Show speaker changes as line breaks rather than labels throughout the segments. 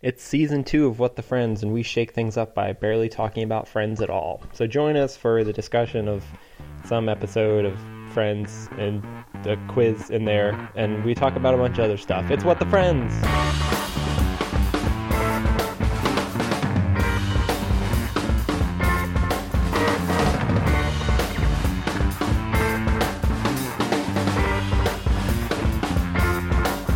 It's season two of What the Friends, and we shake things up by barely talking about Friends at all. So join us for the discussion of some episode of Friends and a quiz in there, and we talk about a bunch of other stuff. It's What the Friends!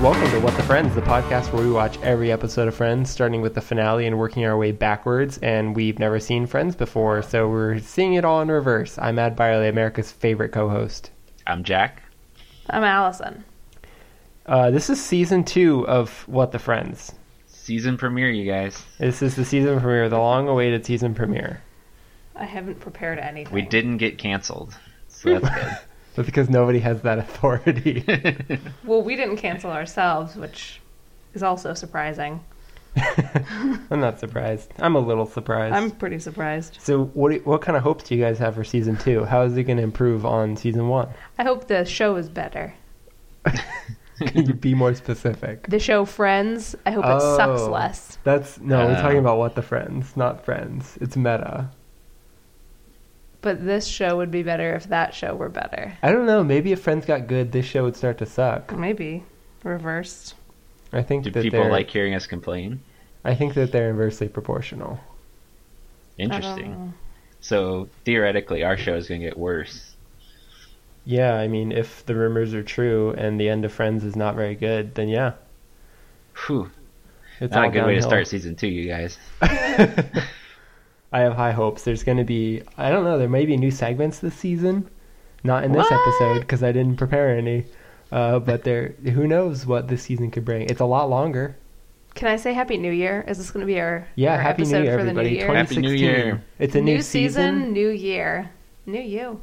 Welcome to What the Friends, the podcast where we watch every episode of Friends, starting with the finale and working our way backwards. And we've never seen Friends before, so we're seeing it all in reverse. I'm Ad Byerly, America's favorite co host.
I'm Jack.
I'm Allison.
Uh, this is season two of What the Friends.
Season premiere, you guys.
This is the season premiere, the long awaited season premiere.
I haven't prepared anything.
We didn't get canceled, so that's
But because nobody has that authority.
good.
Well, we didn't cancel ourselves, which is also surprising.
I'm not surprised. I'm a little surprised.
I'm pretty surprised.
So, what, do- what kind of hopes do you guys have for season two? How is it going to improve on season one?
I hope the show is better.
Can you be more specific?
The show Friends, I hope it sucks
Oh.
less.
That's no, we're
Oh.
talking about what the friends, not friends. It's meta.
But this show would be better if that show were better.
I don't know. Maybe if friends got good, this show would start to suck.
Maybe reversed.
I think
Do
that
people
they're.
like hearing us complain?
I think that they're inversely proportional.
I don't
Interesting.
know.
So theoretically, our show is going to get worse.
Yeah, I mean, if the rumors are true and the end of Friends is not very good, then yeah,
Whew.
it's
Not
all
a good way to
downhill.
start season two, you guys.
I have high hopes. There's going to be. I don't know. There may be new segments this season. Not in this
What?
episode because I didn't prepare any. Uh, but there, who knows what this season could bring? It's a lot longer.
Can I say Happy New Year? Is this going to be our
Yeah,
our
Happy New
episode
Year,
for the
everybody.
New Year?
Happy New
2016.
Year.
It's a new,
new year, new you.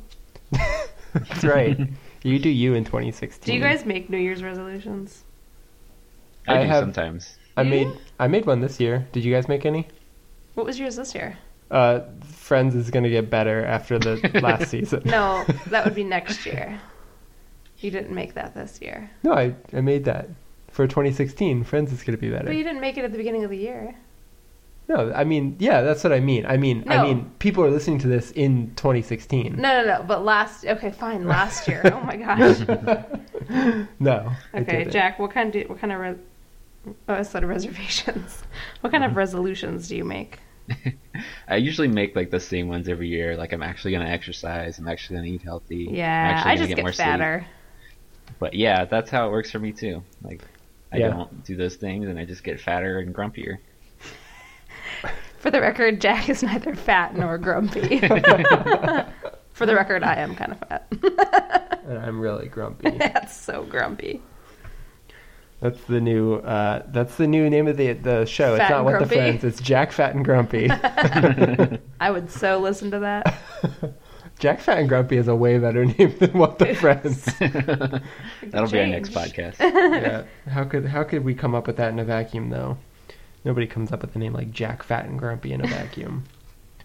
That's right. you do you in 2016.
Do you guys make New Year's resolutions?
I,
I
do
have-
sometimes.
I
Yeah.
made I made one this year. Did you guys make any?
What was yours this year?
Uh, Friends is gonna get better after the last season.
No, that would be next year. You didn't make that this year.
No, I I made that for 2016. Friends is gonna be
But
better.
you didn't make it at the beginning of the year.
No, I mean yeah, that's what I mean. I mean I
No.
mean people are listening to this in 2016.
No, no, no. But last, okay, fine, last year. Oh my gosh.
No, I
Okay,
didn't.
Jack, what kind do what kind of re- oh, I said reservations? What kind
Mm-hmm.
of resolutions do you make?
I usually make like the same ones every year. Like I'm actually going to exercise. I'm actually going to eat healthy. I'm
Yeah,
actually
I
gonna
just
more
get
sleep.
fatter.
But yeah, that's how it works for me too. Like I
Yeah.
don't do those things, and I just get fatter and grumpier.
For the record, Jack is neither fat nor grumpy. For the record, I am kind of fat.
And I'm really grumpy.
That's so grumpy.
That's the new uh, that's the new name of the the show. it's
Fat
not
and
what the
Grumpy.
friends. It's Jack Fat and Grumpy.
I would so listen to that.
Jack Fat and Grumpy is a way better name than what the friends.
That'll be our next
Change.
podcast.
yeah. How could how could we come up with that in a vacuum though? Nobody comes up with a name like Jack Fat and Grumpy in a vacuum.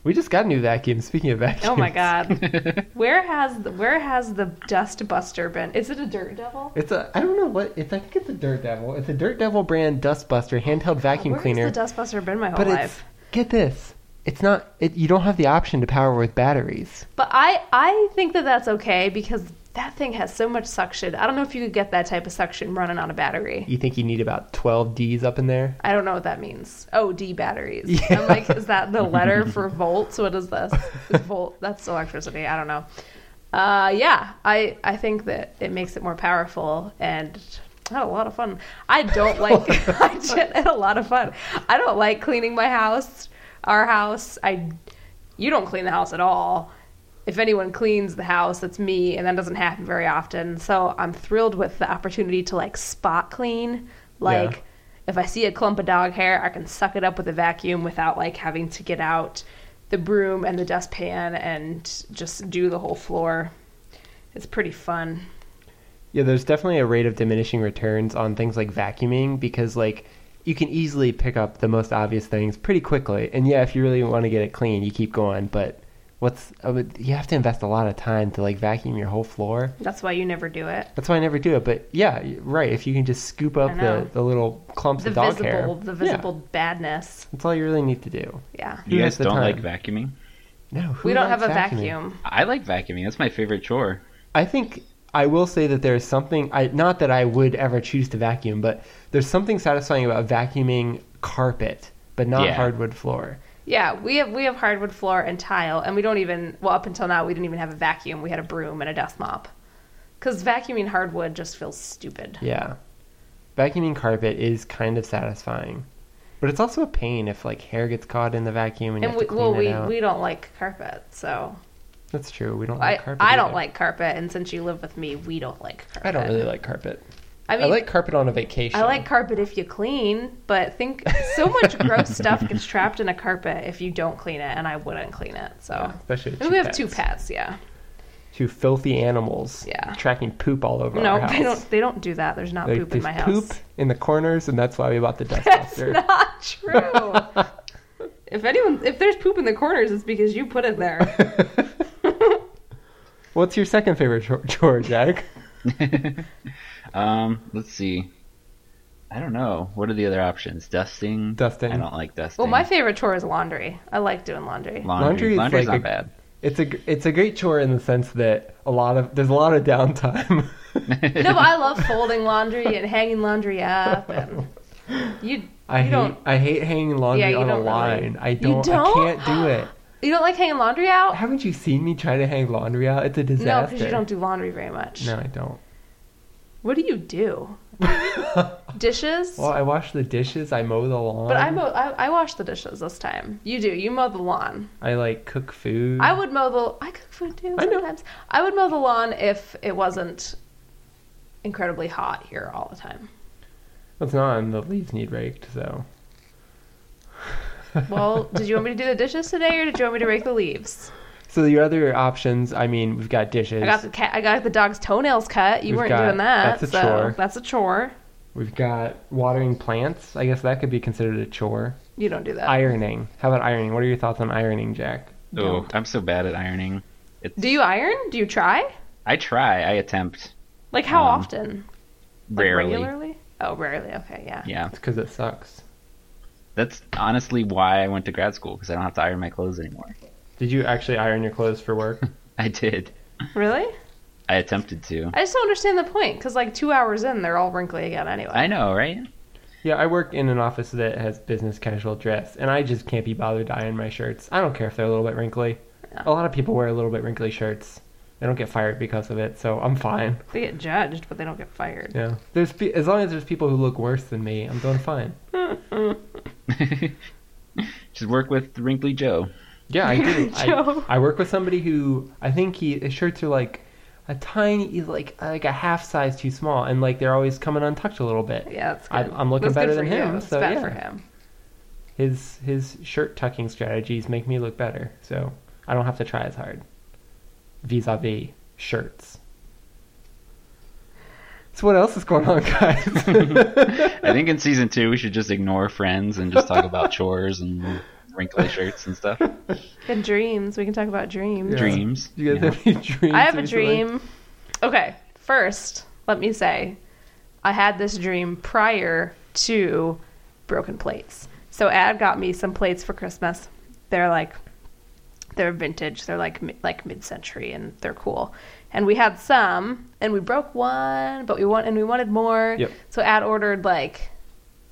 we just got a new vacuum. Speaking of vacuums,
Oh my god. where has the, where has the dust buster been? Is it a dirt devil?
It's a I don't know what it's. I think it's a Dirt Devil. It's a Dirt Devil brand dustbuster handheld vacuum
Where
cleaner.
has the dust buster been my whole
but it's
life?
get this. It's not. It, you don't have the option to power with batteries.
But I I think that that's okay because that thing has so much suction. I don't know if you could get that type of suction running on a battery.
You think you need about twelve Ds up in there?
I don't know what that means. Oh, D batteries.
Yeah.
I'm like, is that the letter for volts? What is this? Is volt? That's electricity. I don't know. Uh, yeah, I I think that it makes it more powerful and. I had a lot of fun. I don't like. I did had a lot of fun. I don't like cleaning my house, our house. I, you don't clean the house at all. If anyone cleans the house, it's me, and that doesn't happen very often. So I'm thrilled with the opportunity to like spot clean. Like
Yeah.
if I see a clump of dog hair, I can suck it up with a vacuum without like having to get out the broom and the dustpan and just do the whole floor. It's pretty fun.
Yeah, there's definitely a rate of diminishing returns on things like vacuuming because like you can easily pick up the most obvious things pretty quickly. And yeah, if you really want to get it clean, you keep going, but What's I would- you have to invest a lot of time to like vacuum your whole floor.
That's why you never do it.
That's why I never do it. But yeah, y- right. If you can just scoop up
know.
the, the little clumps
The
of dog
visible,
hair,
the
yeah,
visible badness.
that's all you really need to do.
Yeah.
You
Who
guys
has the
don't like
time?
vacuuming?
No, who
We don't have a
likes vacuuming?
vacuum.
I like vacuuming. That's my favorite chore.
I think I will say that there's something. I not that I would ever choose to vacuum, but there's something satisfying about vacuuming carpet, but not
Yeah.
hardwood floor.
Yeah, we have we have hardwood floor and tile, and we don't even well up until now we didn't even have a vacuum. We had a broom and a dust mop. Because vacuuming hardwood just feels stupid.
Yeah, vacuuming carpet is kind of satisfying, but it's also a pain if like hair gets caught in the vacuum and, you
and
have
we,
to clean
well,
it
we,
out.
we don't like carpet, so
That's true. We don't
I,
like carpet.
I don't
either.
like carpet. And since you live with me, we don't like carpet.
I don't really like carpet.
I
I,
mean,
like carpet on a vacation.
I like carpet if you clean, but think so much gross stuff gets trapped in a carpet if you don't clean it, and I wouldn't clean it. So
especially with
and
two
we have
pets.
two pets, yeah.
two filthy animals.
Yeah.
tracking poop all over
no,
our house.
they don't. They don't do that. There's not
Like,
poop in
there's
my
poop
house.
in the corners, and that's why we bought the
That's
dustbuster.
not true. if anyone, if there's poop in the corners, it's because you put it there.
What's your second favorite chore, chore Jack?
Um, let's see. I don't know. What are the other options? Dusting.
Dusting.
I don't like dusting.
well, my favorite chore is laundry. I like doing laundry.
Laundry
laundry.
is
Laundry's
like
not bad.
It's a gr- it's a great chore in the sense that a lot of there's a lot of downtime.
no, but I love folding laundry and hanging laundry up, and you.
I
you
hate
don't.
I hate hanging
Yeah,
laundry
you
on a
don't really-
line. I
You
don't, I
don't?
can't do it.
You don't like hanging laundry out.
Haven't you seen me try to hang laundry out? It's a disaster.
No, because you don't do laundry very much.
No, I don't.
What do you do? dishes?
Well, um, I wash the dishes. I mow the lawn.
but I, mow, I I wash the dishes this time. You do. You mow the lawn.
I like cook food.
I would mow the. I cook food too
I know.
sometimes. I would mow the lawn if it wasn't incredibly hot here all the time.
It's not, and the leaves need raked. So
Well, did you want me to do the dishes today, or did you want me to rake the leaves?
so your other options. I mean, we've got dishes.
I got the cat. I got the dog's toenails cut. You
We've
weren't
got-
doing that.
that's a
so
chore.
That's a chore.
We've got watering plants. I guess that could be considered a chore.
You don't do that.
Ironing. How about ironing? What are your thoughts on ironing, Jack?
Oh, I'm so bad at ironing. It's,
do you iron? Do you try?
I try. I attempt.
Like how
Um,
often? Like,
Rarely.
regularly? Oh, rarely. Okay, yeah.
Yeah.
It's because it sucks.
That's honestly why I went to grad school because I don't have to iron my clothes anymore.
Did you actually iron your clothes for work?
I did.
Really?
I attempted to.
I just don't understand the point because, like, two hours in, they're all wrinkly again anyway.
I know, right?
yeah, I work in an office that has business casual dress, and I just can't be bothered to iron my shirts. I don't care if they're a little bit wrinkly.
Yeah.
A lot of people wear a little bit wrinkly shirts. They don't get fired because of it, so I'm fine.
They get judged, but they don't get fired.
Yeah, there's pe- as long as there's people who look worse than me, I'm doing fine.
Just work with Wrinkly Joe.
Yeah, I do.
Joe.
I, I work with somebody who I think he his shirts are like a tiny, like like a half size too small, and like they're always coming untucked a little bit.
Yeah, that's good.
I'm- I'm looking
That's good
better
for
than
you.
him,
That's
so,
bad
yeah.
for him.
His his shirt tucking strategies make me look better, so I don't have to try as hard. Vis-a-vis shirts. So what else is going on, guys?
I think in season two we should just ignore friends and just talk about chores and wrinkly shirts and stuff. Oh
And dreams. We can talk about dreams.
Yeah.
Dreams.
you
you
guys
know?
have any dreams?
I have a
recently?
dream. Okay, first, let me say, I had this dream prior to broken plates. So Ad got me some plates for Christmas. They're like, they're vintage. They're like mi- like mid century, and they're cool. And we had some, and we broke one, but we want and we wanted more.
Yep.
So Ad ordered like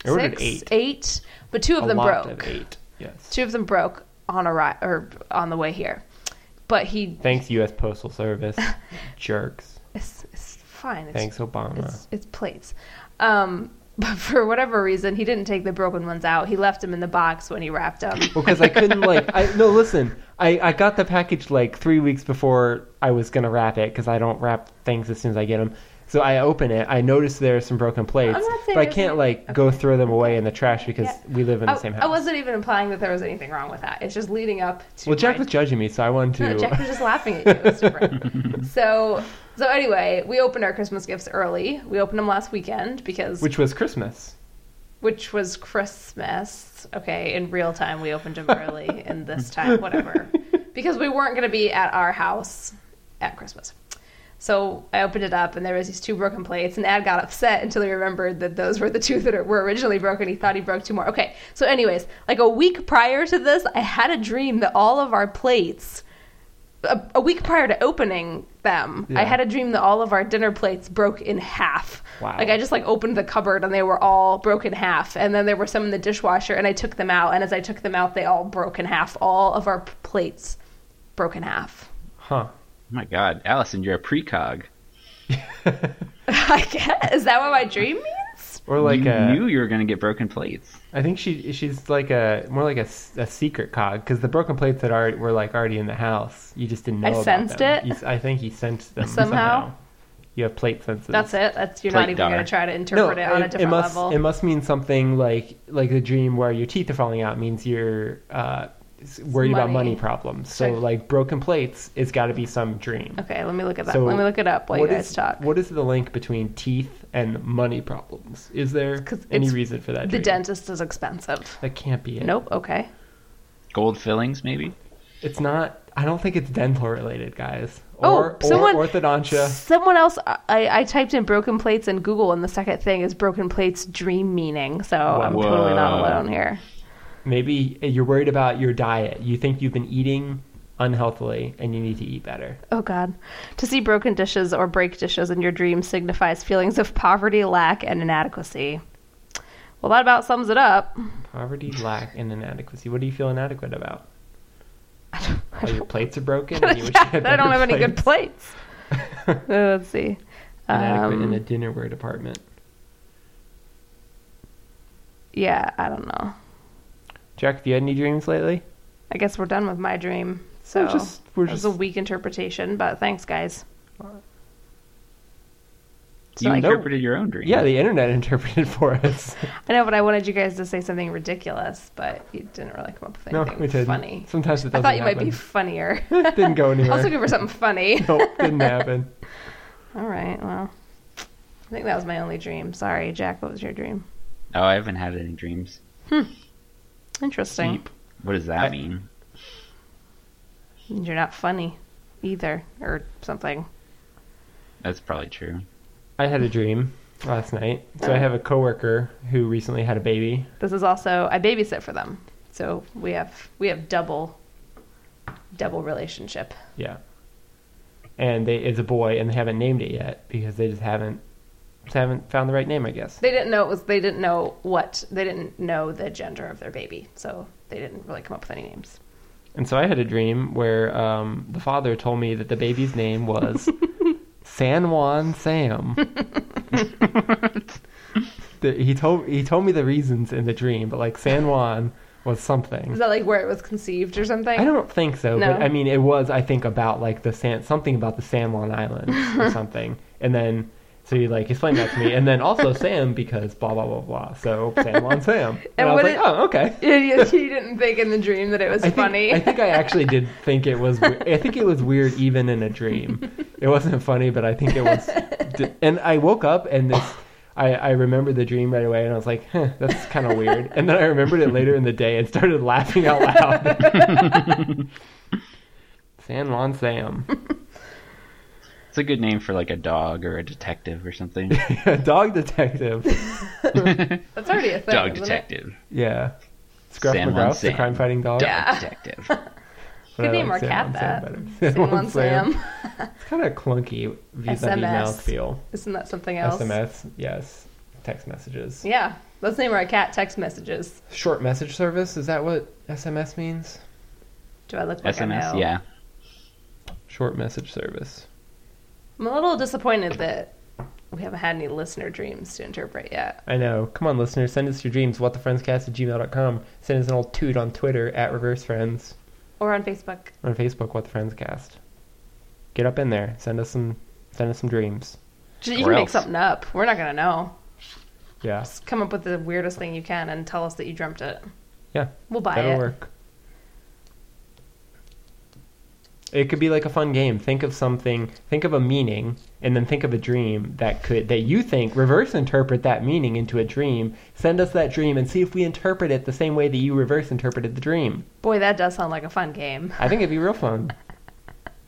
I ordered
six,
eight.
eight, but two of
A
them
lot
broke.
Of eight. Yes.
Two of them broke on a ri- or on the way here. But he,
Thanks, U.S. Postal Service. Jerks.
it's, it's fine. It's
Thanks, Obama.
It's, it's plates. Um, but for whatever reason, he didn't take the broken ones out. He left them in the box when he wrapped them.
Well, because I couldn't like I no listen. I, I got the package like three weeks before I was gonna wrap it because I don't wrap things as soon as I get them. So I open it. I notice there are some broken plates,
I'm not saying
but I
there's
can't
any-
like go throw them away in the trash because
Yeah.
we live in the
I,
same house.
Oh, I wasn't even implying that there was anything wrong with that. It's just leading up to.
well, Jack
my-
was judging me, so I wanted
No,
to.
Jack was just laughing at you. It was different. so, so anyway, we opened our Christmas gifts early. We opened them last weekend because
which was Christmas.
which was Christmas. Okay, in real time, we opened them early, and this time, whatever. because we weren't going to be at our house at Christmas. So I opened it up, and there was these two broken plates. And Ad got upset until he remembered that those were the two that were originally broken. He thought he broke two more. Okay. So, anyways, like a week prior to this, I had a dream that all of our plates, a, a week prior to opening them, I
Yeah.
had a dream that all of our dinner plates broke in half.
Wow.
Like I just like opened the cupboard, and they were all broken half. And then there were some in the dishwasher, and I took them out. And as I took them out, they all broke in half. All of our p- plates broke in half.
Huh.
my God, Allison, you're a precog.
I guess. Is that what my dream means?
Or like
you
a.
knew you were gonna get broken plates.
I think she she's like a more like a, s- a secret cog because the broken plates that are were like already in the house. You just didn't know.
I
about
sensed
them.
it.
You s- I think he sensed them
Somehow.
somehow. You have plate senses.
That's it. That's you're not
Plate
even
dye.
going to try to interpret it on a different
must,
level.
It must mean something like like the dream where your teeth are falling out means you're uh, s- worried about
Money.
money problems. So
Sure.
like broken plates, it's got to be some dream.
okay, let me look at that.
So
let me look it up while you
what
guys
is-
talk.
What is the link between teeth and money problems? Is there
'Cause
any
it's
reason for that?
the
dream?
dentist is expensive.
That can't be it.
Nope. Okay.
Gold fillings, maybe.
It's not. I don't think it's dental related, guys.
Oh,
Or,
someone-
or orthodontia.
Someone else. uh, I, I typed in broken plates in Google, and the second thing is broken plates dream meaning. So I'm
Whoa.
totally not alone here.
Maybe you're worried about your diet. You think you've been eating unhealthily, and you need to eat better.
Oh God. To see broken dishes or break dishes in your dream signifies feelings of poverty, lack, and inadequacy. Well, that about sums it up.
Poverty, lack, and inadequacy. What do you feel inadequate about?
I don't, I
All your
don't-
plates are broken. And you wish you
yeah,
had
I don't
better
have any good
plates.
plates. Uh, let's see.
Inadequate
Um,
in the dinnerware department.
yeah, I don't know.
Jack, have you had any dreams lately?
I guess we're done with my dream. So
We're just- we're
that was
just-
a weak interpretation, but thanks, guys. So
You
I,
interpreted your own dream.
Yeah, the internet interpreted for us.
I know, but I wanted you guys to say something ridiculous, but you didn't really come up with
no,
anything
we didn't.
funny.
Sometimes it
I
doesn't
thought you
happen.
might be funnier.
didn't go
I was
anywhere.
looking for something funny.
nope, didn't happen.
All right, well, I think that was my only dream. Sorry, Jack. What was your dream?
Oh, I haven't had any dreams.
Interesting.
What does that
I-
mean?
You're not funny either, or something.
That's probably true.
I had a dream last night. So I have a coworker who recently had a baby.
This is also I babysit for them, so we have we have double double relationship.
Yeah. And they it's a boy and they haven't named it yet because they just haven't just haven't found the right name, I guess.
They didn't know it was they didn't know what they didn't know the gender of their baby, so they didn't really come up with any names.
And so I had a dream where um, the father told me that the baby's name was San Juan Sam. The- he told he told me the reasons in the dream, but like San Juan was something.
Is that like where it was conceived or something?
I don't think so,
No?
but I mean, it was I think about like the San something about the San Juan Islands or something, and then so you like explained that to me, and then also Sam because blah blah blah blah. So San Juan Sam, and,
And
I was
what
like,
it-
oh okay.
You, you- you didn't think in the dream that it was
I think,
funny.
I think I actually did think it was. we- I think it was weird even in a dream. It wasn't funny, but I think it was. di- And I woke up and this. I, I remembered the dream right away, and I was like, huh, "That's kind of weird." And then I remembered it later in the day and started laughing out loud. San Juan Sam.
It's a good name for like a dog or a detective or something.
a dog detective.
That's already a thing.
dog
isn't it?
detective.
Yeah. Scruff
San Juan
McGruff, the
Sam.
crime fighting dog.
Dog
Yeah.
detective.
But
Could
I
name
like San
our cat
Juan
that.
better.
San Juan Sam.
It's kind of clunky vis a vis
SMS.
mouthfeel.
Isn't that something else?
SMS, yes. Text messages.
Yeah. Let's name our cat text messages.
Short message service, is that what SMS means?
Do I look like I
SMS.
know?
Yeah.
Short message service.
I'm a little disappointed that we haven't had any listener dreams to interpret yet.
I know. Come on, listeners, send us your dreams. WhatTheFriendsCast at gmail.com. Send us an old toot on Twitter at Reverse Friends.
Or on Facebook.
On Facebook, What the Friends Cast. Get up in there. Send us some send us some dreams.
Ju- You
Or
can make
else.
something up. We're not going to know.
Yeah.
Just come up with the weirdest thing you can and tell us that you dreamt it.
Yeah.
We'll buy
That'll
it.
work. It could be like a fun game. Think of something, think of a meaning, and then think of a dream that could that you think reverse interpret that meaning into a dream. Send us that dream and see if we interpret it the same way that you reverse interpreted the dream.
Boy, that does sound like a fun game.
I think it'd be real fun.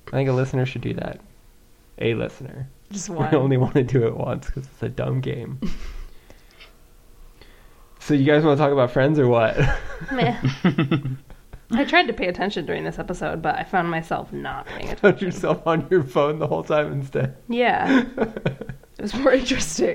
I think a listener should do that. A listener.
Just one.
We only want to do it once because it's a dumb game. so you guys want to talk about friends or what?
Meh. I tried to pay attention during this episode, but I found myself not paying attention.
Put yourself on your phone the whole time instead.
Yeah. It was more interesting.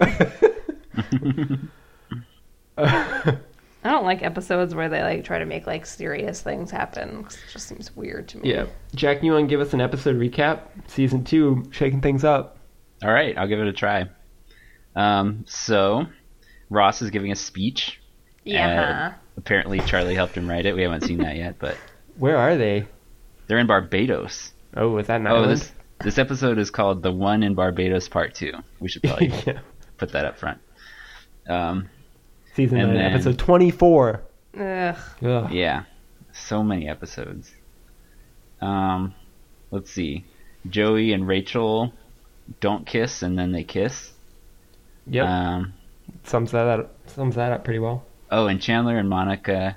I don't like episodes where they like try to make like serious things happen. 'cause it just seems weird to me.
Yeah. Jack, you want to give us an episode recap? Season two, shaking things up.
All right, I'll give it a try. Um, so Ross is giving a speech.
Yeah.
and apparently Charlie helped him write it. We haven't seen that yet, but
Where are they?
they're in Barbados.
Oh, is that an
Oh,
island?
this this episode is called "The One in Barbados Part 2. We should probably
Oh, yeah.
put that up front. Um,
Season
And
nine,
then-
episode twenty-four.
Ugh.
Ugh.
yeah, so many episodes. Um, let's see. Joey and Rachel don't kiss, and then they kiss.
Yep.
Um,
sums that up. Sums that up pretty well.
oh, and Chandler and Monica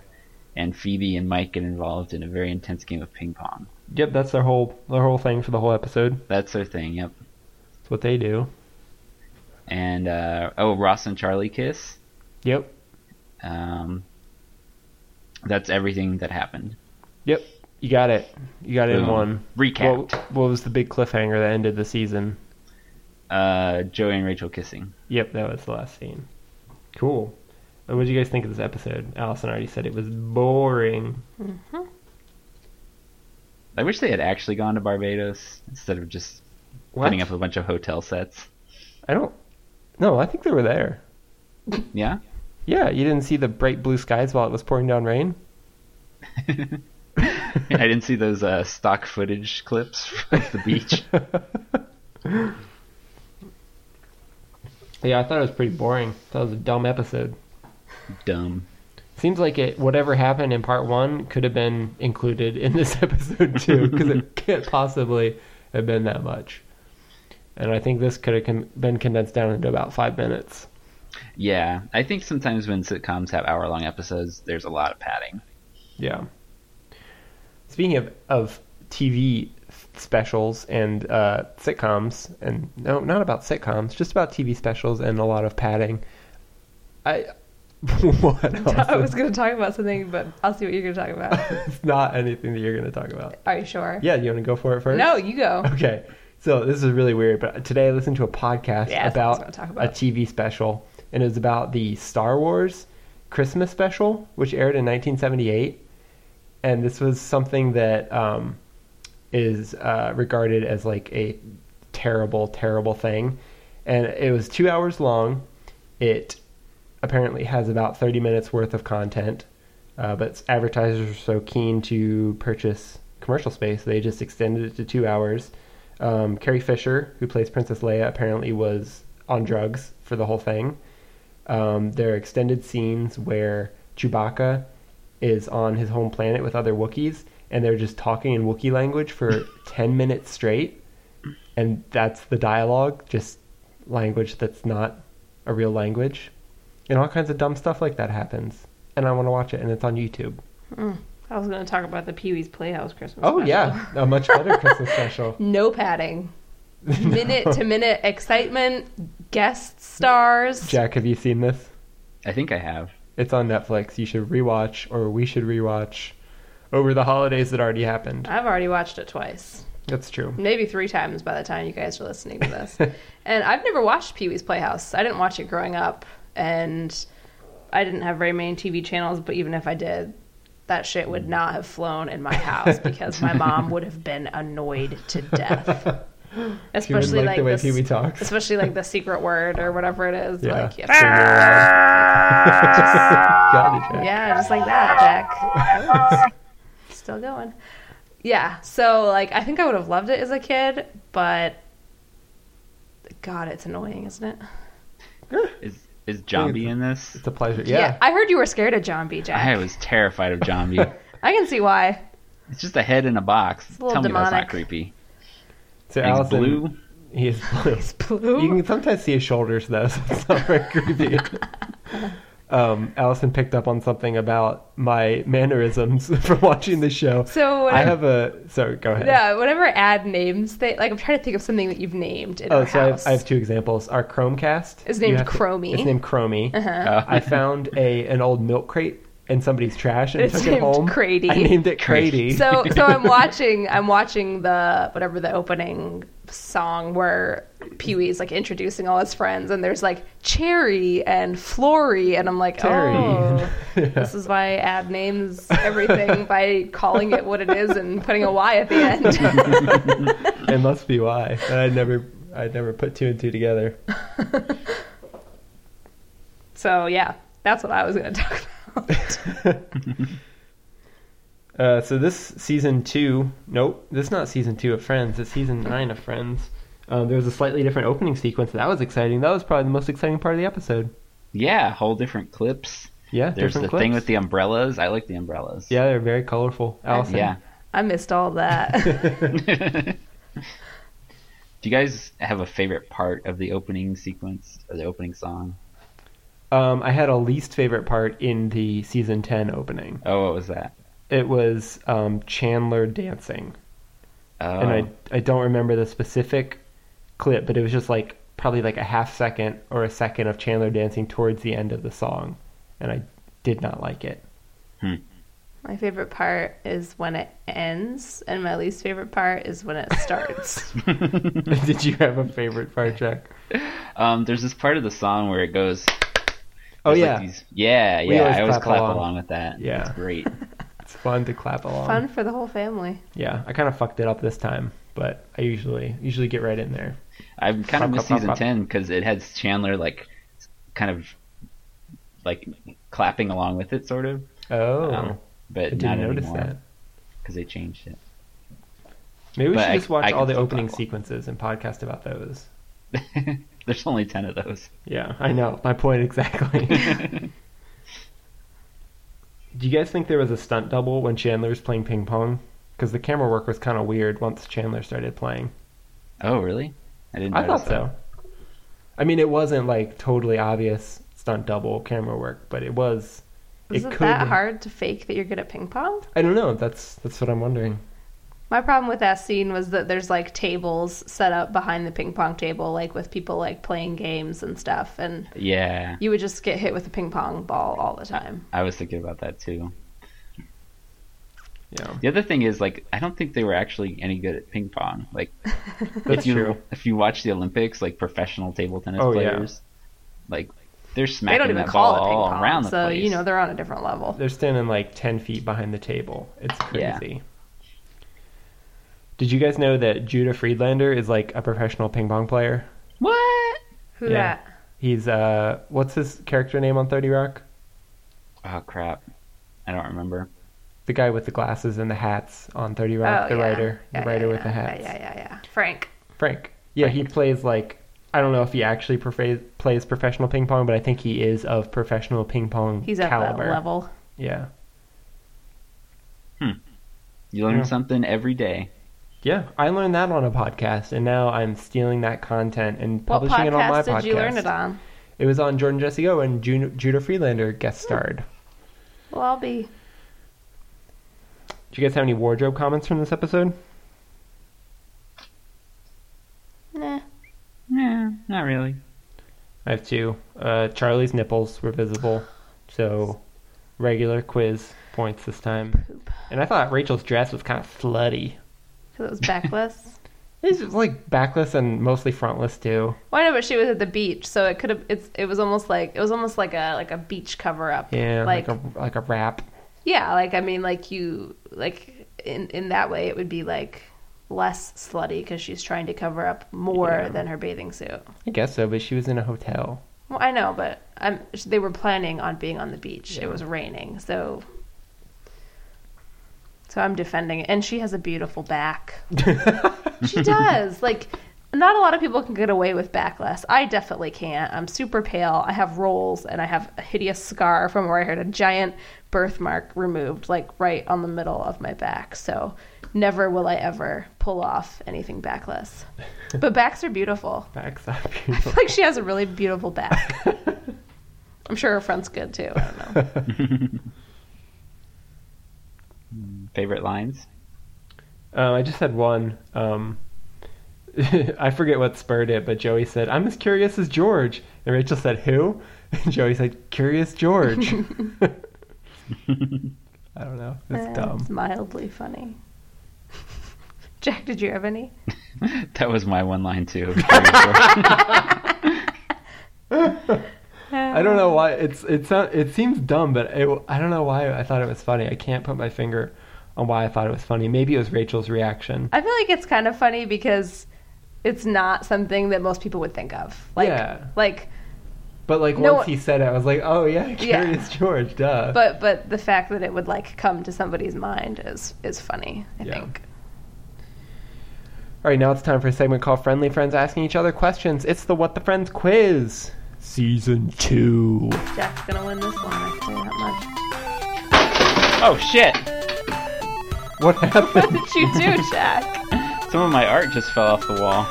and Phoebe and Mike get involved in a very intense game of ping pong.
Yep, that's their whole their whole thing for the whole episode.
That's their thing. Yep.
That's what they do.
And uh, oh, Ross and Charlie kiss.
Yep.
Um, that's everything that happened.
Yep. You got it. You got it in
Boom.
one.
Recap.
What, what was the big cliffhanger that ended the season?
uh, Joey and Rachel kissing.
Yep, that was the last scene. Cool. What did you guys think of this episode? Allison already said it was boring.
I wish they had actually gone to Barbados instead of just
What?
putting up a bunch of hotel sets.
I don't. No, I think they were there.
Yeah.
Yeah, you didn't see the bright blue skies while it was pouring down rain.
I didn't see those uh, stock footage clips from the beach.
Yeah, I thought it was pretty boring. That was a dumb episode.
Dumb.
Seems like it. Whatever happened in part one could have been included in this episode too, because it can't possibly have been that much. And I think this could have con- been condensed down into about five minutes.
Yeah, I think sometimes when sitcoms have hour-long episodes, there's a lot of padding.
Yeah. Speaking of of TV specials and uh, sitcoms, and no, not about sitcoms, just about TV specials and a lot of padding. I what?
I
Allison?
was going to talk about something, but I'll see what you're going to talk about.
It's not anything that you're going to talk about.
Are you sure?
Yeah, you want to go for it first?
No, you go.
Okay. So this is really weird, but today I listened to a podcast
Yeah, that's what I
about,
was gonna talk about.
a TV special, and it was about the Star Wars Christmas special, which aired in 1978. And this was something that um, is uh, regarded as like a terrible, terrible thing. And it was two hours long. It apparently has about 30 minutes worth of content, uh, but advertisers are so keen to purchase commercial space, they just extended it to two hours. Um, Carrie Fisher, who plays Princess Leia, apparently was on drugs for the whole thing. Um, there are extended scenes where Chewbacca is on his home planet with other Wookiees, and they're just talking in Wookiee language for 10 minutes straight and that's the dialogue, just language that's not a real language. And all kinds of dumb stuff like that happens. And I want to watch it, and it's on YouTube.
I was going to talk about the Pee Wee's Playhouse Christmas.
Oh,
special.
yeah, a much better Christmas special.
No padding. Minute to minute excitement, guest stars.
Jack, have you seen this?
I think I have.
It's on Netflix. You should rewatch, or we should rewatch over the holidays that already happened.
I've already watched it twice.
That's true.
maybe three times by the time you guys are listening to this. and I've never watched Pee Wee's Playhouse. I didn't watch it growing up, and I didn't have very many TV channels. But even if I did, that shit would not have flown in my house because my mom would have been annoyed to death.
She would
Especially
like,
like,
the way
this,
Pee Wee talks.
especially like the secret word or whatever it is.
Yeah.
Like,
Sing it loud. Got it, Jack.
yeah, just like that, Jack. Ooh, Still going. Yeah, so like I think I would have loved it as a kid, but God, it's annoying, isn't it?
Is is Jambi in this?
It's a pleasure. Yeah.
I heard you were scared of John B.
I
Jack.
was terrified of Jambi.
I can see why.
It's just a head in a box.
a little
Tell me that's
demonic.
not creepy.
So
And He's
Allison,
blue.
He is blue.
It's blue.
You can sometimes see his shoulders though, so it's not very creepy. um, Allison picked up on something about my mannerisms from watching the show.
so when
I have a. Sorry, go ahead.
Yeah, whenever ad names, they like I'm trying to think of something that you've named in
Oh,
our
so I have,
house.
I have two examples. Our Chromecast
It's
you
named
have to-
Chromie. Uh-huh.
It's named Chromie.
Uh,
I found a an old milk crate in somebody's trash and
It's
took it
named
home.
Crady.
I named it Crady.
so so I'm watching I'm watching the whatever the opening song where Pee Wee's like introducing all his friends and there's like Cherry and Flory and I'm like
Terry.
oh this is why ad names everything by calling it what it is and putting a Y at the end.
it must be why. And I'd never I'd never put two and two together.
so yeah, that's what I was gonna talk about.
Uh, so this season two, nope, this is not season two of Friends. It's season nine of Friends. Um, there was a slightly different opening sequence. That was exciting. That was probably the most exciting part of the episode.
yeah, whole different clips.
Yeah,
There's
different
the
clips.
thing with the umbrellas. I like the umbrellas.
yeah, they're very colorful. Allison,
Yeah.
I missed all that.
Do you guys have a favorite part of the opening sequence or the opening song?
Um, I had a least favorite part in the season ten opening.
Oh, what was that?
It was um, Chandler dancing,
Oh,
and I I don't remember the specific clip, but it was just like probably like a half second or a second of Chandler dancing towards the end of the song, and I did not like it.
my favorite part is when it ends, and my least favorite part is when it starts.
Did you have a favorite part, Jack?
um, there's this part of the song where it goes.
Oh
there's
yeah,
like these- yeah,
We
yeah.
always
I always
clap
clap
along.
along. with that.
Yeah.
it's great.
it's fun to clap along.
Fun for the whole family.
Yeah, I kind of fucked it up this time, but I usually usually get right in there.
I've
Clap,
kind of
clap,
missed
clap,
season
clap.
ten because it has Chandler like, kind of, like clapping along with it, sort of.
Oh,
Um,
I
but not
didn't notice that.
because they changed it.
Maybe we
But
should
I-
just watch
I
all
can
the
flip
opening
that one.
sequences and podcast about those.
There's only ten of those.
Yeah, I know. My point exactly. Do you guys think there was a stunt double when Chandler was playing ping pong? Because the camera work was kind of weird once Chandler started playing.
Oh, really? I didn't.
I
notice
thought so. I mean, it wasn't like totally obvious stunt double camera work, but it was.
Is it, that hard to fake that you're good at ping pong?
I don't know. That's that's what I'm wondering.
My problem with that scene was that there's like tables set up behind the ping pong table, like with people like playing games and stuff, and
Yeah,
you would just get hit with a ping pong ball all the time.
I was thinking about that too.
Yeah,
The other thing is, like, I don't think they were actually any good at ping pong. Like,
that's
if you
true.
if you watch the Olympics, like professional table tennis
Oh, yeah.
players, like they're
They
smacking
don't even
that
call
ball
it ping
all
pong,
around the
so
place.
you know they're on a different level.
They're standing like ten feet behind the table. It's
Yeah.
crazy. Did you guys know that Judah Friedlander is like a professional ping pong player?
what?
Who
Yeah.
that?
He's uh, what's his character name on Thirty Rock?
Oh crap! I don't remember.
The guy with the glasses and the hats on Thirty Rock, the
Oh, yeah.
writer, the
Yeah,
writer
yeah,
with the
yeah.
hats.
Yeah, yeah, yeah, yeah. Frank.
Frank. Yeah, he plays like I don't know if he actually profa- plays professional ping pong, but I think he is of professional ping pong
He's at
caliber.
that level.
Yeah,
You learn
Yeah.
something every day.
yeah. I learned that on a podcast, and now I'm stealing that content and
What
publishing it on my
podcast did
podcast.
you learn it on?
It was on Jordan Jesse O and Jun- Judah Freelander guest
Hmm.
starred.
Well, I'll be.
Do you guys have any wardrobe comments from this episode?
Nah.
Yeah, not really.
I have two. Uh, Charlie's nipples were visible, so regular quiz points this time.
Poop.
And I thought Rachel's dress was kind of slutty.
Because it was backless.
It's just like backless and mostly frontless too.
Well, I know, but she was at the beach, so it could have. It's. It was almost like it was almost like a like a beach cover up.
Yeah,
Like,
like, a like a wrap.
yeah, like I mean, like you like in in that way, it would be like less slutty because she's trying to cover up more
Yeah.
than her bathing suit.
I guess so, but she was in a hotel.
Well, I know, but I'm. They were planning on being on the beach. It was raining, so. So I'm defending it, and she has a beautiful back. she does. Like, not a lot of people can get away with backlash. I definitely can't. I'm super pale. I have rolls and I have a hideous scar from where I had a giant birthmark removed, like right on the middle of my back. So never will I ever pull off anything backless. But backs are beautiful.
Backs up.
I feel like she has a really beautiful back. I'm sure her front's good too. I don't know.
Favorite lines?
Um, I just had one. Um, I forget what spurred it, but Joey said, "I'm as curious as George," and Rachel said, "Who?" And Joey said, "Curious George." I don't know. It's
It's
dumb.
mildly funny. Jack, did you have any?
That was my one line too. Very short.
I don't know why it's it sound, it seems dumb, but it, I don't know why I thought it was funny. I can't put my finger on why I thought it was funny. Maybe it was Rachel's reaction.
I feel like it's kind of funny because it's not something that most people would think of. Like,
Yeah.
like,
But like
No,
once he said it, I was like, "Oh yeah,
Yeah.
curious George." Duh.
but but the fact that it would like come to somebody's mind is is funny. I
Yeah.
think.
All right, now it's time for a segment called Friendly Friends Asking Each Other Questions. It's the What the Friends quiz. Season 2.
Jack's gonna win this one. I can tell you that much.
oh shit!
What
What
happened?
did you do, Jack?
Some of my art just fell off the wall.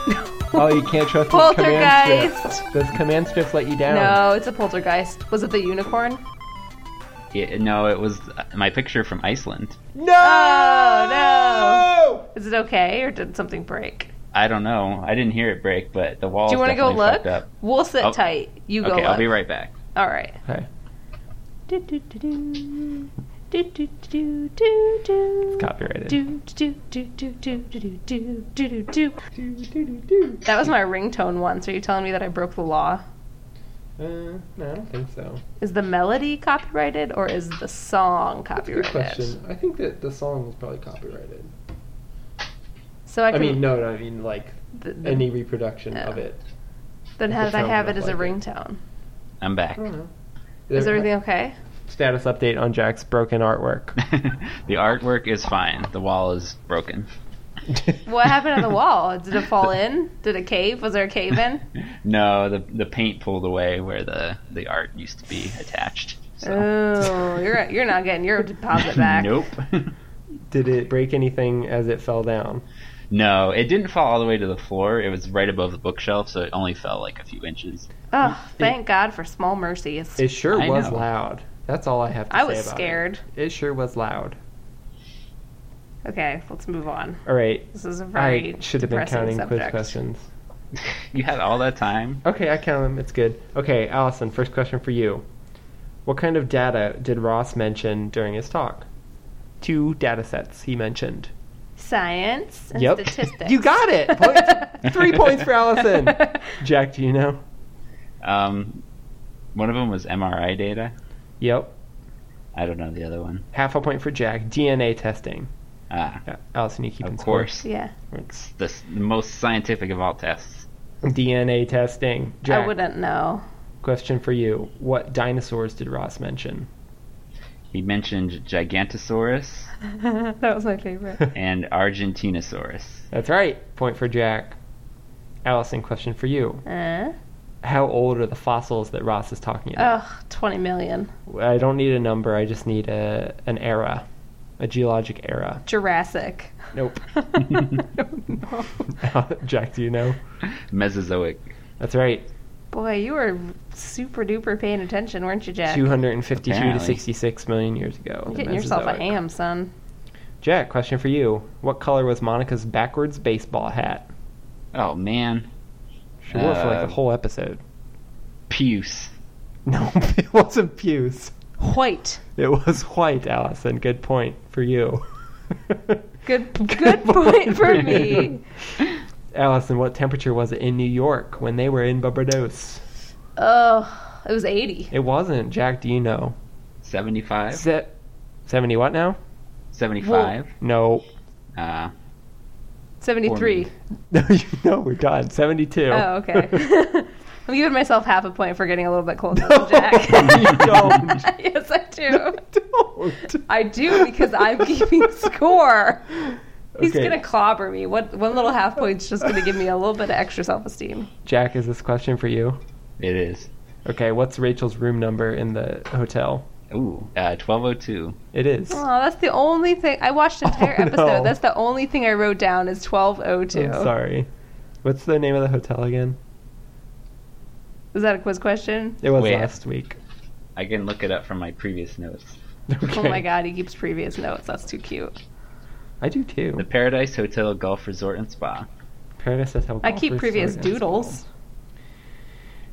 oh, you can't trust those command
Poltergeist.
strips. Those command strips let you down.
No, it's a poltergeist. Was it the unicorn?
Yeah, no, it was my picture from Iceland.
No! Ah!
Oh, Is it okay, or did something break?
I don't know. I didn't hear it break, but the wall.
Do you
want to
go look?
Up.
We'll sit
Oh.
tight. You go
Okay,
look.
I'll be right back.
All right.
Okay.
Do, do, do, do. Do, do, do, do, do.
Copyrighted.
Do, do, do, do, do, do, do, do, do, do, do. That was my ringtone once. Are you telling me that I broke the law?
Uh, no, I don't think so.
Is the melody copyrighted or is the song copyrighted?
I think that the song is probably copyrighted.
So I
I
can. Oh.
mean, no, no, I mean, like,
th- th-
any reproduction of
Yeah.
it.
then how
the
did I
tone
have
of
it as a
like it.
ringtone?
I'm back.
I don't
Mm-hmm.
know.
Is everything okay?
Status update on Jack's broken artwork.
the artwork is fine. The wall is broken.
What happened on the wall? Did it fall in? Did it cave? Was there a cave in?
No, the the paint pulled away where the the art used to be attached. So.
Oh, you're you're not getting your deposit back.
nope.
Did it break anything as it fell down?
no, it didn't fall all the way to the floor. It was right above the bookshelf, so it only fell like a few inches.
Oh, thank God for small mercies.
It sure
I
was
know.
loud. That's all I have to
I
say
was
about
scared.
It. it sure was loud.
Okay, let's move on.
All right.
This is a very
Er, I should have been
depressing
counting
subject.
quiz questions.
You had all that time.
Okay, I count them. It's good. Okay, Allison, first question for you. What kind of data did Ross mention during his talk? Two data sets he mentioned.
Science and
yep.
statistics.
you got it. Point- Three points for Allison. Jack, do you know?
Um, one of them was MRI data.
Yep.
I don't know the other one.
Half a point for Jack. DNA testing.
Ah,
Yeah, Allison, you keep
of
in score.
course.
Yeah,
It's the s- the most scientific of all tests.
DNA testing. Jack,
I wouldn't know.
question for you. What dinosaurs did Ross mention?
He mentioned Gigantosaurus
that was my favorite.
and Argentinosaurus.
That's right. Point for Jack. Allison, question for you.
Uh,
How old are the fossils that Ross is talking about?
oh, 20 million.
I don't need a number. I just need a an era, a geologic era.
Jurassic.
Nope.
No.
Jack, do you know?
Mesozoic.
That's right.
Boy, you were super duper paying attention, weren't you, Jack?
252 to
Apparently.
66 million years ago.
You're
the
getting yourself a
Mesozoic.
ham, son.
Jack, question for you. What color was Monica's backwards baseball hat?
Oh man,
She wore it for like
Uh,
the whole episode.
Puce.
No, it wasn't Puce.
White.
It was white, Allison. Good point for you.
Good, good point for me.
Allison, what temperature was it in New York when they were in Barbados?
Oh, it was 80.
It wasn't. Jack, do you know?
75?
Se- 70 what now?
75?
No.
Uh,
73.
me.
No, you know we're done. 72.
Oh, okay. I'm giving myself half a point for getting a little bit closer to Jack.
you don't.
yes, I do.
Don't.
I do because I'm keeping score. He's
Okay.
gonna clobber me. What one little half point's just gonna give me a little bit of extra self esteem.
Jack, is this question for you?
It is.
Okay, what's Rachel's room number in the hotel?
Ooh, uh, 1202.
It is.
Oh, that's the only thing I watched an entire
Oh, no.
episode. That's the only thing I wrote down is twelve oh two.
I'm sorry. What's the name of the hotel again?
Is that a quiz question?
It was
Wait.
last week.
I can look it up from my previous notes.
Okay.
Oh my god, he keeps previous notes. That's too cute.
I do
The
too.
Paradise Hotel Golf Resort and Spa.
Paradise Hotel.
I
Golf
keep
Resort
previous
and Spa.
doodles.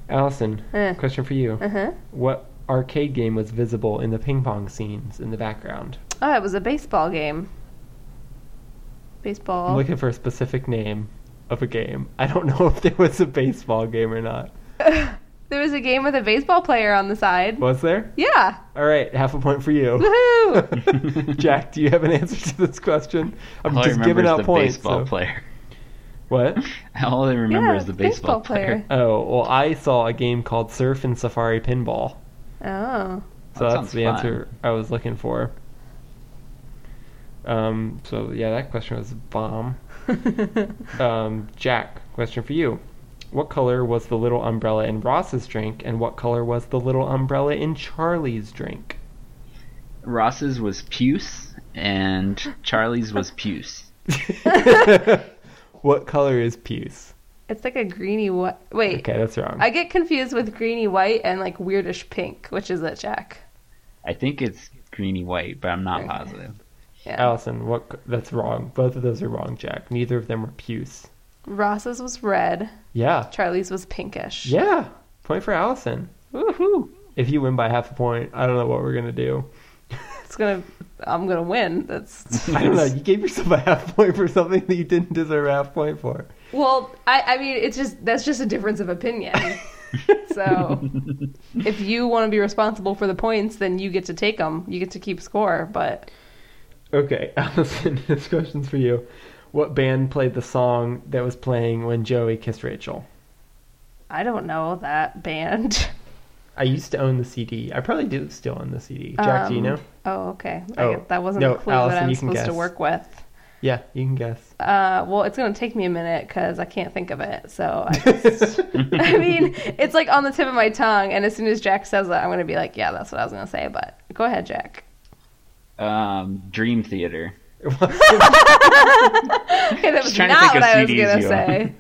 Allison,
Eh.
question for you.
Uh huh.
What arcade game was visible in the ping pong scenes in the background?
Oh, it was a baseball game.
I'm
Baseball.
looking for a specific name of a game. I don't know if there was a baseball game or not.
there was a game with a baseball player on the side.
Was there?
Yeah.
All right, half a point for you.
Woohoo!
Jack, do you have an answer to this question? I'm
All I
just
remember
giving
is
out
the
points.
baseball
so-
player.
What?
All I remember
Yeah,
is the baseball,
baseball player.
Oh, well, I saw a game called Surf and Safari Pinball.
oh.
So
That
that's
sounds
the
fun.
answer I was looking for. Um, so yeah, that question was a bomb. Um, Jack, question for you. What color was the little umbrella in Ross's drink, and what color was the little umbrella in Charlie's drink?
Ross's was Puce, and Charlie's was Puce.
what color is puce?
it's like a greeny white. Wait.
Okay, that's wrong.
I get confused with greeny white and like weirdish pink. Which is it, Jack?
I think it's greeny white, but I'm not positive.
Yeah.
Allison, what? c- That's wrong. Both of those are wrong, Jack. Neither of them were puce.
Ross's was red.
Yeah,
Charlie's was pinkish.
yeah. Point for Allison.
Woohoo!
If you win by half a point, I don't know what we're gonna do.
It's gonna. I'm gonna win. That's.
I don't know. You gave yourself a half point for something that you didn't deserve a half point for.
Well, I. I mean, it's just that's just a difference of opinion. so, if you want to be responsible for the points, then you get to take them. You get to keep score. But
Okay, Allison, this question's for you. What band played the song that was playing when Joey kissed Rachel?
I don't know that band.
I used to own the CD. I probably do still own the CD. Jack, do you
Um,
know?
Oh, okay.
Oh,
I, that wasn't
no,
a clue
Allison,
that I'm
you can
supposed to
guess.
work with.
Yeah, you can guess.
Uh, well, it's gonna take me a minute because I can't think of it. So I, just, I mean, it's like on the tip of my tongue, and as soon as Jack says it, I'm gonna be like, "Yeah, that's what I was gonna say." But go ahead, Jack.
Um, Dream Theater.
Okay, that was
trying to
not
think
what
of
I was
CDs
gonna
you
say.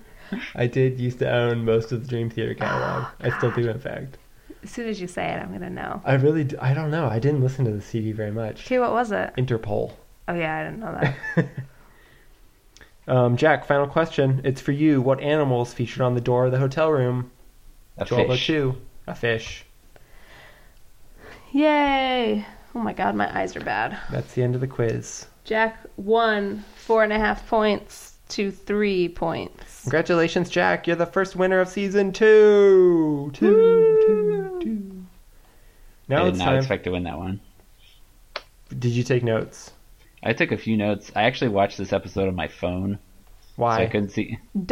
I did used to own most of the Dream Theater catalog. I still do, in fact.
As soon as you say it, I'm gonna know.
I really, d I don't know. I didn't listen to the CD very much.
Okay, what was it?
Interpol.
Oh yeah, I didn't know that.
Um, Jack, final question. It's for you. What animals featured on the door of the hotel room?
A fish.
1202. A fish.
Yay! Oh my god, my eyes are bad.
That's the end of the quiz.
Jack won four and a half points to three points.
Congratulations, Jack. You're the first winner of season two. Two, two, two.
I
Now
did
it's
not
time.
expect to win that one.
Did you take notes?
I took a few notes. I actually watched this episode on my phone, so I
Why?
couldn't see. I was.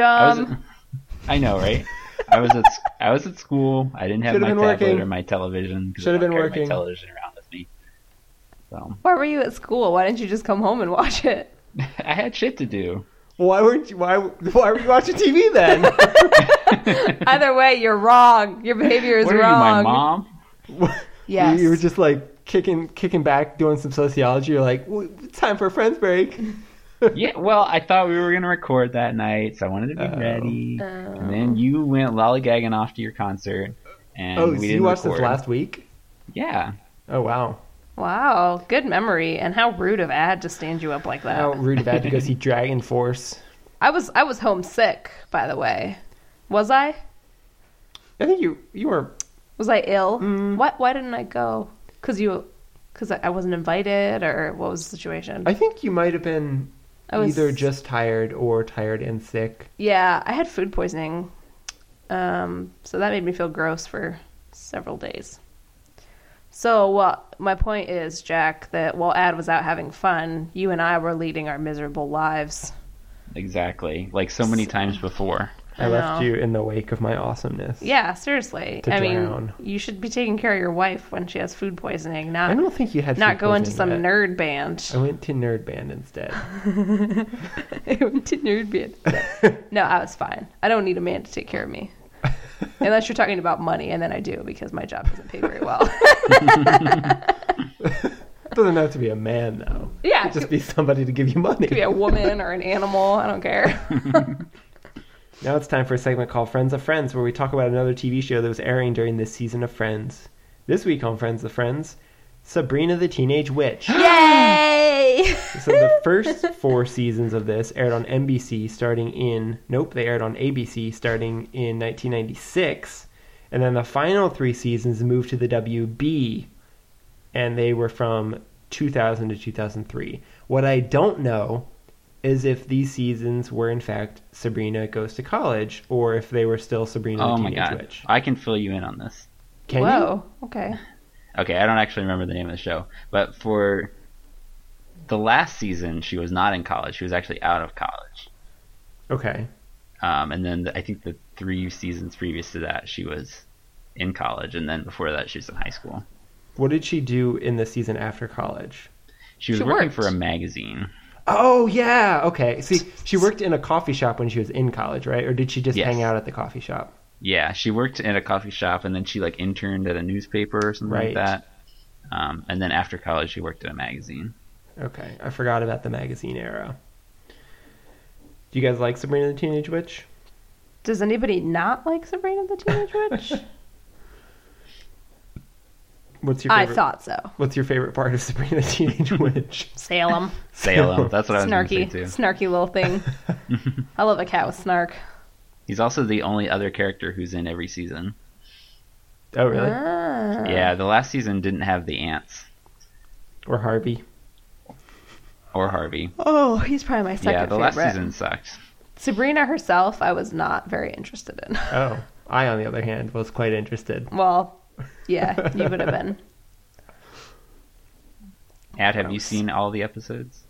Dumb.
I know, right? I was at sc- I was at school. I didn't have
Should've
my
been
tablet
working.
or my television. 'cause I
Should've
don't
been
carry
working.
My television around with me. So
Why were you at school? Why didn't you just come home and watch it?
I had shit to do.
Why weren't you? Why? Why were you watching TV then?
Either way, you're wrong. Your behavior is
what are
wrong.
you, my mom?
Yes.
You, you were just like kicking, kicking back, doing some sociology. You're like, "Well, it's time for a friends break.
Yeah, well, I thought we were gonna record that night, so I wanted to be
Oh.
ready.
Oh.
And then you went lollygagging off to your concert, and
oh,
we
so
didn't
you watched this
record.
last week?
Yeah,
Oh wow!
Wow, good memory. And how rude of Ad to stand you up like that.
How rude of Ad to go see Dragon Force.
I was I was homesick, by the way. Was I?
I think you you were.
Was I ill?
Mm.
What? Why didn't I go? Cause you, cause I I wasn't invited, or what was the situation?
I think you might have been
I was-
either just tired or tired and sick.
yeah, I had food poisoning, um, so that made me feel gross for several days. So, uh, my point is, Jack, that while Ad was out having fun, you and I were leading our miserable lives.
exactly. Like so many times before.
I,
I
left
know.
you in the wake of my awesomeness.
Yeah, seriously.
To
I
drown.
mean, you should be taking care of your wife when she has food poisoning,
I
not
don't think you had
not
food
go into some
poisoning yet.
nerd band.
I went to Nerd Band instead.
I went to nerd band. no, I was fine. I don't need a man to take care of me. Unless you're talking about money, and then I do because my job doesn't pay very well.
Doesn't have to be a man though.
Yeah,
It'd
it
just
could-
be somebody to give you money.
could be a woman or an animal. I don't care.
Now it's time for a segment called Friends of Friends, where we talk about another TV show that was airing during this season of Friends. This week on Friends of Friends, Sabrina the Teenage Witch.
Yay!
so the first four seasons of this aired on NBC starting in, nope, they aired on ABC starting in 1996. And then the final three seasons moved to the WB, and they were from 2000 to 2003. What I don't know is if these seasons were, in fact, Sabrina Goes to College, or if they were still Sabrina
Oh
the
my
Teenage
god.
Witch.
I can fill you in on this.
Can you?
Whoa. Okay.
Okay, I don't actually remember the name of the show, but for the last season, she was not in college. She was actually out of college.
Okay.
Um, and then the, I think the three seasons previous to that, she was in college, and then before that, she was in high school.
What did she do in the season after college?
She was
She
working
worked.
for a magazine.
Oh yeah, okay. See, she worked in a coffee shop when she was in college, right? Or did she just
Yes.
hang out at the coffee shop?
Yeah, she worked in a coffee shop, and then she like interned at a newspaper or something
Right.
like that. Um, and then after college, she worked at a magazine.
Okay, I forgot about the magazine era. Do you guys like Sabrina the Teenage Witch?
Does anybody not like Sabrina the Teenage Witch?
What's your
I
favorite,
thought so.
What's your favorite part of Sabrina the Teenage Witch?
Salem.
Salem, that's what I was going to say
snarky,
too.
snarky little thing. I love a cat with snark.
He's also the only other character who's in every season.
Oh really?
Ah.
Yeah, the last season didn't have the ants
Or Harvey?
or Harvey.
Oh, he's probably my second
yeah, the
favorite.
last season sucked.
Sabrina herself, I was not very interested in.
Oh, I on the other hand was quite interested.
Well, yeah, you would have been.
Ad, have you
Gross.
seen all the episodes?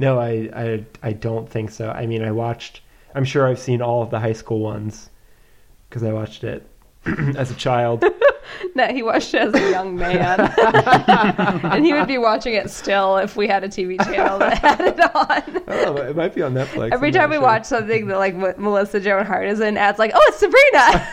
No, I, I I don't think so. I mean, I watched. I'm sure I've seen all of the high school ones because I watched it as a child.
No, he watched it as a young man, and he would be watching it still if we had a TV channel that had it on.
oh, it might be on Netflix.
Every
I'm
time
not
we
sure.
watch something that like what Melissa Joan Hart is in, ads like, "Oh, it's Sabrina."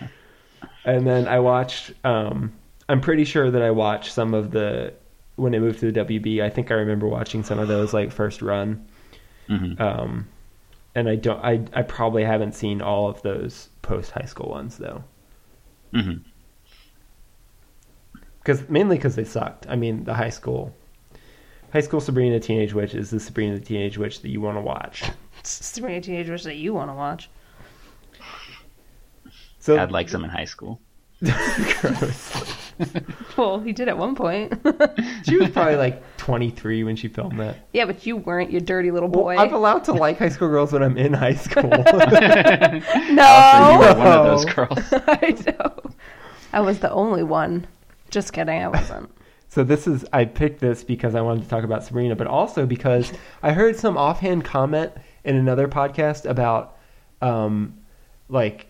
Mm-hmm,
And then I watched. Um, I'm pretty sure that I watched some of the when it moved to the WB. I think I remember watching some of those like first run.
Mhm.
Um, and I don't. I I probably haven't seen all of those post high school ones though,
hmm
because mainly because they sucked. I mean, the high school, high school Sabrina Teenage Witch is the Sabrina the Teenage Witch that you want to watch.
Sabrina Teenage Witch that you want to watch.
So
Ad likes them in high school.
gross.
Well, he did at one point.
She was probably like 23 when she filmed that.
yeah, but you weren't, you dirty little
Well,
boy.
I'm allowed to like high school girls when I'm in high school.
Oh.
Also, you
no,
were one of those
Oh.
girls.
I know. I was the only one. Just kidding, I wasn't.
So this is I picked this because I wanted to talk about Sabrina, but also because I heard some offhand comment in another podcast about um like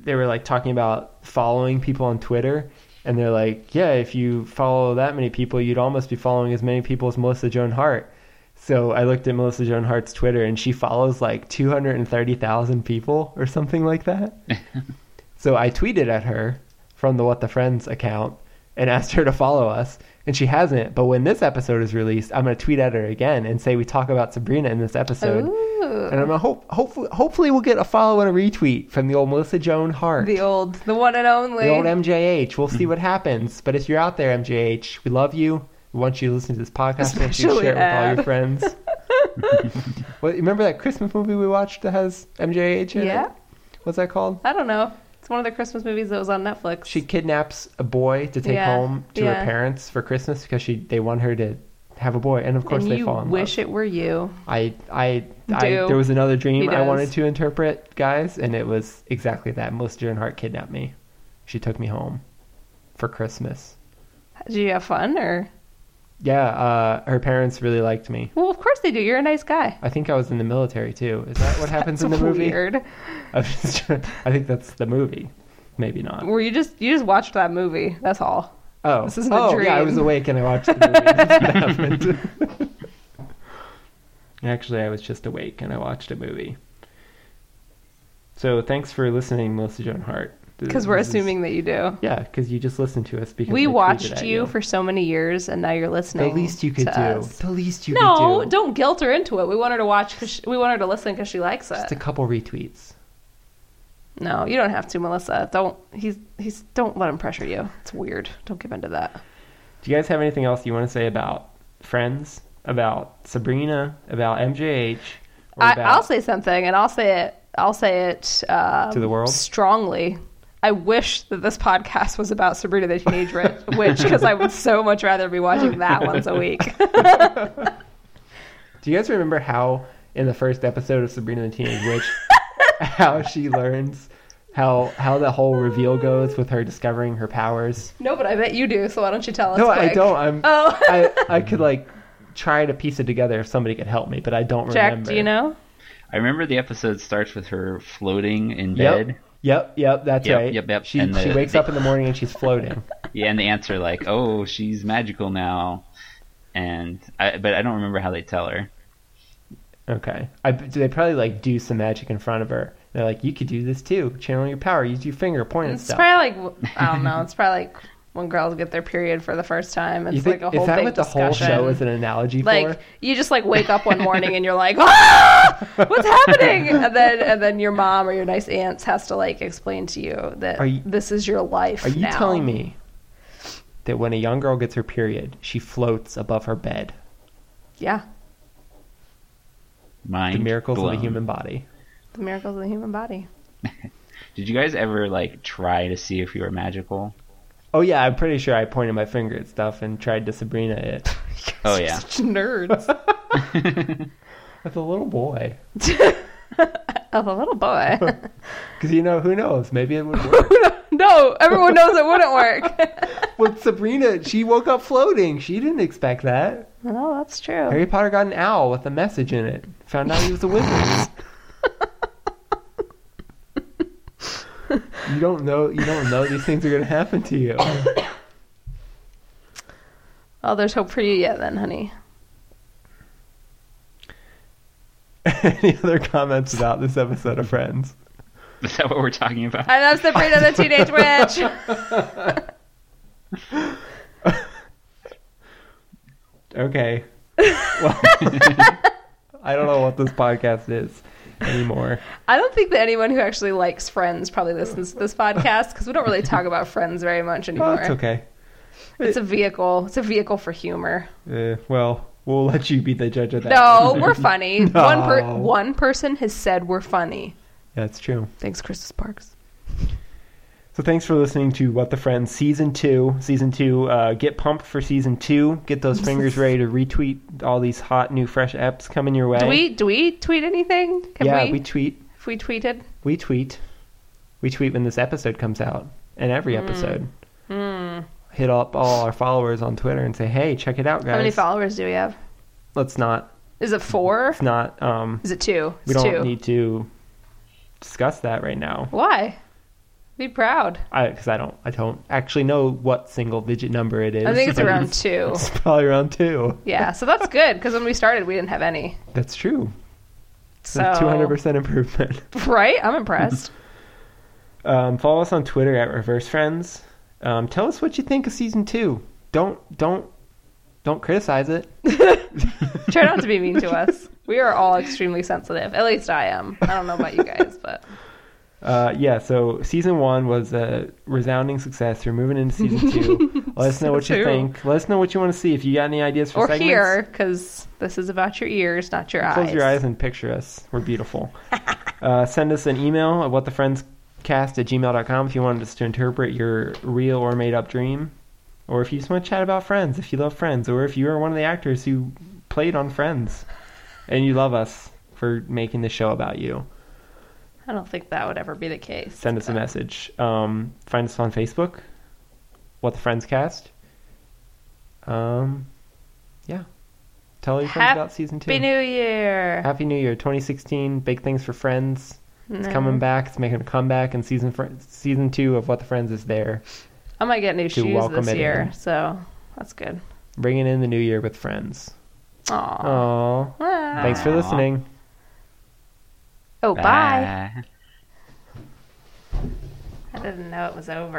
they were like talking about following people on Twitter and they're like, Yeah, if you follow that many people you'd almost be following as many people as Melissa Joan Hart. So I looked at Melissa Joan Hart's Twitter and she follows like two hundred and thirty thousand people or something like that. So I tweeted at her from the What the Friends account and asked her to follow us, and she hasn't. But when this episode is released, I'm going to tweet at her again and say we talk about Sabrina in this episode.
Ooh.
And I'm gonna hope, hopefully, hopefully we'll get a follow and a retweet from the old Melissa Joan Hart,
The old, the one and only.
the old MJH. We'll see what happens. But if you're out there, MJH, we love you. We want you to listen to this podcast. We want you to
Especially
share it with all
Ab.
your friends. well, remember that Christmas movie we watched that has MJH in
Yeah.
it? What's that called?
I don't know. It's one of the Christmas movies that was on Netflix.
she kidnaps a boy to take
Yeah,
home to
yeah.
her parents for Christmas because she they want her to have a boy, and of course
and
they
you
fall in
wish
love.
it were you.
I I, I
Do.
there was another
He
dream I
does.
wanted to interpret, guys, and it was exactly that. Melissa Joan Hart kidnapped me. She took me home for Christmas.
Did you have fun or?
Yeah, uh, her parents really liked me.
Well, of course they do. You're a nice guy.
I think I was in the military too. Is that what happens in the
It's
movie?
weird.
I, was just trying, I think that's the movie. Maybe not.
Were you just you just watched that movie? That's all.
Oh,
This isn't a
oh yeah, I
dream.
was awake and I watched the movie. That's what happened. Actually, I was just awake and I watched a movie. So thanks for listening, Melissa Joan Hart. This-
Because we're
this is-
assuming that you do.
yeah, because you just listened to us. Because I
We
tweeted
watched
at
you for so many years, and now you're listening.
the least you could do.
to us.
The least you
No,
could do.
don't guilt her into it. We want her to watch. 'cause she, we want her to listen because she likes
Just a
it.
couple retweets.
No, you don't have to, Melissa. Don't he's he's don't let him pressure you. It's weird. Don't give in to that.
Do you guys have anything else you want to say about Friends, about Sabrina, about MJH, or
I,
about
I'll say something, and I'll say it. I'll say it um,
To the world?
strongly. I wish that this podcast was about Sabrina the Teenage Witch, because I would so much rather be watching that once a week.
Do you guys remember how in the first episode of Sabrina the Teenage Witch, how she learns how how the whole reveal goes with her discovering her powers?
no, but I bet you do. So why don't you tell us?
no, I
quick?
don't. I'm
Oh.
I I could like try to piece it together if somebody could help me, but I don't
Jack,
remember.
do you know?
I remember the episode starts with her floating in
Yep.
bed.
Yep, yep, that's
Yep,
right.
yep, yep.
She
And
she
the-
wakes
the-
up in the morning and she's floating.
Yeah, and they answer like, "Oh, she's magical now," and I, but I don't remember how they tell her.
Okay. I do they probably like do some magic in front of her. They're like, you could do this too. Channel your power. Use your finger. Point at
It's
stuff.
probably like I don't know. It's probably like when girls get their period for the first time. It's
You think
like a whole
is that
big
what the whole
discussion.
show is an analogy for?
like you just like wake up one morning and you're like, ah, what's happening? And then and then your mom or your nice aunt has to like explain to you that
Are you-
this is your life.
Are you
now.
telling me that when a young girl gets her period, she floats above her bed?
Yeah,
Mind
The miracles
blown.
of the human body.
the miracles of the human body.
Did you guys ever like try to see if you were magical?
Oh yeah, I'm pretty sure I pointed my finger at stuff and tried to Sabrina it.
Oh yeah.
Such nerds.
That's a little boy.
of a little boy.
Because you know, who knows? Maybe it would work.
no, everyone knows it wouldn't work.
With Sabrina, she woke up floating. She didn't expect that.
no, that's true.
Harry Potter got an owl with a message in it. Found out he was a wizard. you don't know. You don't know these things are going to happen to you.
Oh, there's hope for you yet, then, honey.
Any other comments about this episode of Friends?
Is that what we're talking about?
And that's the freedom of the teenage witch.
Okay. Well, I don't know what this podcast is anymore.
I don't think that anyone who actually likes Friends probably listens to this podcast because we don't really talk about Friends very much anymore.
Oh, it's okay.
It's a vehicle. It's a vehicle for humor.
Uh, well, we'll let you be the judge of that.
No, we're funny.
No.
One per- one person has said we're funny.
That's true.
Thanks, Chris Sparks.
So thanks for listening to What the Friends season two. Season two, uh, get pumped for season two. Get those fingers ready to retweet all these hot new fresh apps coming your way.
Do we do we tweet anything? Can
yeah,
we,
we tweet.
if we tweeted?
We tweet. We tweet when this episode comes out and every
Hmm.
episode. Hit up all our followers on Twitter and say, "Hey, check it out, guys."
How many followers do we have?
Let's not.
Is it four?
It's not. Um,
Is it two? It's
we don't
two.
need to discuss that right now
Why? Be proud.
because I, don't. I don't actually know what single digit number it is.
I think it's
but
around two.
It's probably around two.
Yeah, so that's good because when we started, we didn't have any.
That's true.
So
Two hundred percent improvement.
Right? I'm impressed.
Um, follow us on Twitter at Reverse Friends. Um, tell us what you think of season two. Don't don't don't criticize it.
Try not to be mean to us. We are all extremely sensitive. At least I am. I don't know about you guys, but
Uh, yeah. So season one was a resounding success. We're moving into season two. Let us know what you
Two.
think. Let us know what you want to see. If you got any ideas for
or
segments,
here because this is about your ears, not your eyes.
close your eyes and picture us. We're beautiful. uh, send us an email at whatthefriendscast at gmail.com if you wanted us to interpret your real or made up dream. Or if you just want to chat about friends, if you love friends, or if you are one of the actors who played on Friends and you love us for making the show about you,
I don't think that would ever be the case.
send us a message. Um, find us on Facebook, What the Friends Cast. Um, yeah. Tell your friends
Happy
about season two.
Happy New Year.
Happy New Year 2016. Big things for Friends. It's
No.
coming back. It's making a comeback, and season fr- season two of What the Friends is there,
I might get new shoes
welcome
this
it
year,
in.
so that's good.
bringing in the new year with Friends.
Aw.
Aww.
Ah.
Oh. Thanks for
Aw.
listening.
Oh, bye. I didn't know it was over.